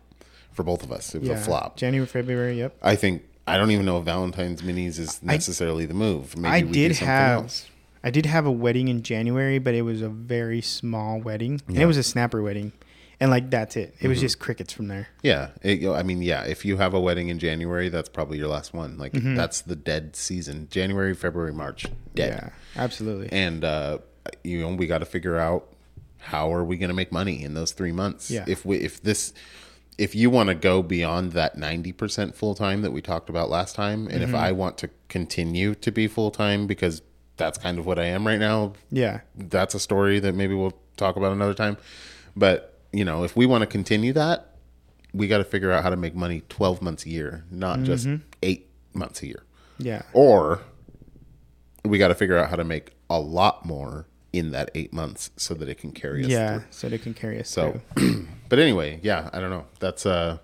Speaker 2: for both of us it was
Speaker 1: Yeah.
Speaker 2: a flop
Speaker 1: January, February. Yep.
Speaker 2: i think i don't even know if valentine's minis is necessarily the move maybe
Speaker 1: I
Speaker 2: we do
Speaker 1: did
Speaker 2: something
Speaker 1: have
Speaker 2: else.
Speaker 1: I did have a wedding in January, but it was a very small wedding. And it was a snapper wedding. And like that's it. It
Speaker 2: Mm-hmm.
Speaker 1: was just crickets from there.
Speaker 2: yeah it, you know, i mean yeah if you have a wedding in january that's probably your last one like
Speaker 1: Mm-hmm.
Speaker 2: that's the dead season january february march dead
Speaker 1: Yeah. Absolutely.
Speaker 2: and uh, you know we got to figure out how are we going to make money in those three months
Speaker 1: Yeah.
Speaker 2: if we if this if you want to go beyond that 90% full time that we talked about last time and if i want to continue to be full time because that's kind of what i am right now
Speaker 1: yeah.
Speaker 2: that's a story that maybe we'll talk about another time but you know if we want to continue that we got to figure out how to make money 12 months a year not just 8 months a year
Speaker 1: Yeah.
Speaker 2: or we got to figure out how to make a lot more in that eight months so that it can carry us
Speaker 1: Yeah.
Speaker 2: through.
Speaker 1: So they can carry us
Speaker 2: So,
Speaker 1: through.
Speaker 2: but anyway, yeah, I don't know. That's uh,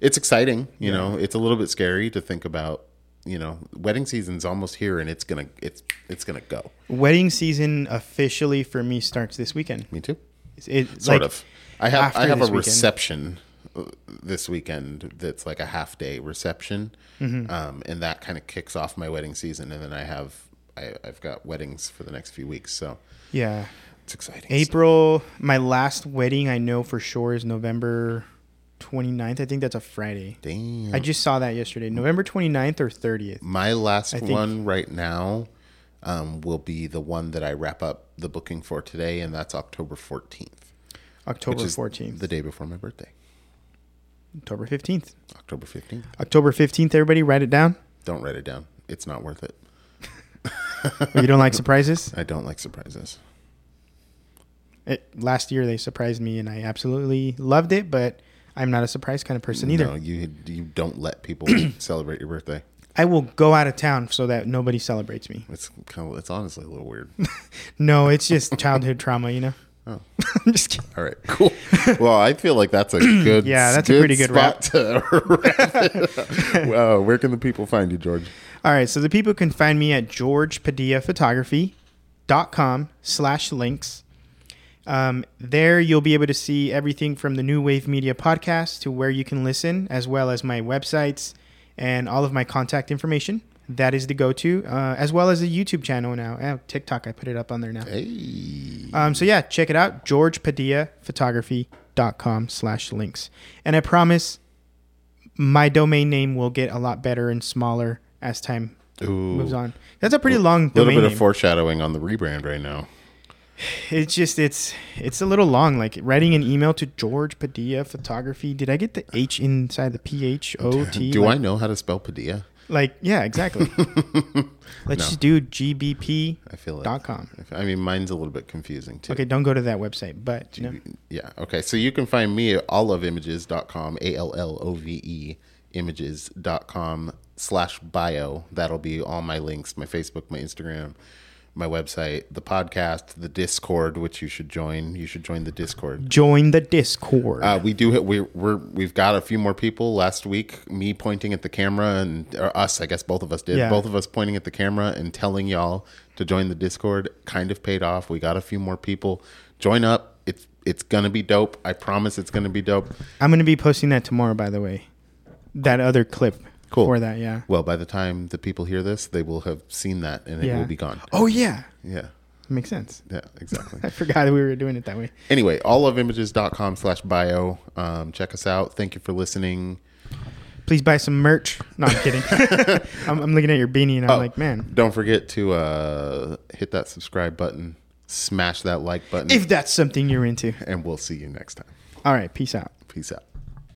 Speaker 2: it's exciting. You know, it's a little bit scary to think about. You know, wedding season's almost here, and it's gonna it's it's gonna go.
Speaker 1: Wedding season officially for me starts this weekend.
Speaker 2: Me too.
Speaker 1: It's- It,
Speaker 2: Sort
Speaker 1: like,
Speaker 2: of. I have
Speaker 1: after
Speaker 2: I have a
Speaker 1: this weekend.
Speaker 2: reception uh, this weekend that's like a half day reception,
Speaker 1: Mm-hmm.
Speaker 2: um, and that kind of kicks off my wedding season. And then I have I, I've got weddings for the next few weeks, so
Speaker 1: Yeah.
Speaker 2: It's exciting.
Speaker 1: April, my last wedding I know for sure is November 29th. I think that's a Friday.
Speaker 2: Damn.
Speaker 1: I just saw that yesterday. November 29th or 30th.
Speaker 2: My last
Speaker 1: think-
Speaker 2: one right now um, will be the one that I wrap up the booking for today, and that's October 14th.
Speaker 1: October
Speaker 2: which is
Speaker 1: 14th.
Speaker 2: The day before my birthday.
Speaker 1: October 15th.
Speaker 2: October 15th.
Speaker 1: October 15th, everybody, write it down.
Speaker 2: Don't write it down. It's not worth it.
Speaker 1: Oh, you don't like surprises?
Speaker 2: I don't like surprises.
Speaker 1: It, last year they surprised me and I absolutely loved it, but I'm not a surprise kind of person either.
Speaker 2: No, you, you don't let people celebrate your birthday.
Speaker 1: I will go out of town so that nobody celebrates me.
Speaker 2: It's kind of, it's honestly a little weird.
Speaker 1: No, it's just childhood trauma, you know?
Speaker 2: Oh.
Speaker 1: I'm just kidding.
Speaker 2: All right, cool. Well, I feel like that's a good
Speaker 1: Yeah, that's a pretty good
Speaker 2: spot to wrap it up. Wow, where can the people find you, George?
Speaker 1: All right, so the people can find me at georgepadilla.photography.com slash links. Um, there you'll be able to see everything from the New Wave Media podcast to where you can listen, as well as my websites and all of my contact information. That is the go-to, uh, as well as the YouTube channel now. Oh, TikTok, I put it up on there now.
Speaker 2: Hey.
Speaker 1: Um, so yeah, check it out, georgepadilla.photography.com slash links. And I promise my domain name will get a lot better and smaller as time
Speaker 2: Ooh.
Speaker 1: moves on. That's a pretty long
Speaker 2: A little
Speaker 1: domain
Speaker 2: bit of
Speaker 1: name.
Speaker 2: foreshadowing on the rebrand right now.
Speaker 1: It's just it's it's a little long. Like writing an email to George Padilla Photography. Did I get the H inside the P H O T?
Speaker 2: Do
Speaker 1: like,
Speaker 2: I know how to spell Padilla?
Speaker 1: Like yeah, exactly. Let's just do gbp.
Speaker 2: I feel it.
Speaker 1: dot com.
Speaker 2: I mean, mine's a little bit confusing too.
Speaker 1: Okay, don't go to that website, but you know,
Speaker 2: Yeah. Okay. So you can find me at alloveimages.com, A L L O V E images.com slash bio. That'll be all my links my Facebook, my Instagram, my website, the podcast, the Discord, which you should join. You should join the Discord.
Speaker 1: join the Discord.
Speaker 2: Uh, we do. We, we're we've got a few more people. Last week, me pointing at the camera and or us, I guess both of us did.
Speaker 1: Yeah.
Speaker 2: Both of us pointing at the camera and telling y'all to join the Discord kind of paid off. We got a few more people. join up. It's it's gonna be dope. I promise it's gonna be dope.
Speaker 1: I'm going to be posting that tomorrow, by the way. That other clip
Speaker 2: Cool.
Speaker 1: for that, yeah.
Speaker 2: Well, by the time the people hear this, they will have seen that and it
Speaker 1: yeah.
Speaker 2: will be gone.
Speaker 1: Oh, yeah.
Speaker 2: Yeah.
Speaker 1: Makes sense.
Speaker 2: Yeah, exactly.
Speaker 1: I forgot we were doing it that way.
Speaker 2: anyway, allofimages.com slash bio. Um, check us out. Thank you for listening.
Speaker 1: Please buy some merch. No, I'm kidding. I'm, I'm looking at your beanie and I'm
Speaker 2: Oh,
Speaker 1: like, man,
Speaker 2: Don't forget to uh, hit that subscribe button, smash that like button,
Speaker 1: if that's something you're into.
Speaker 2: and we'll see you next time.
Speaker 1: All right. Peace out.
Speaker 2: Peace out.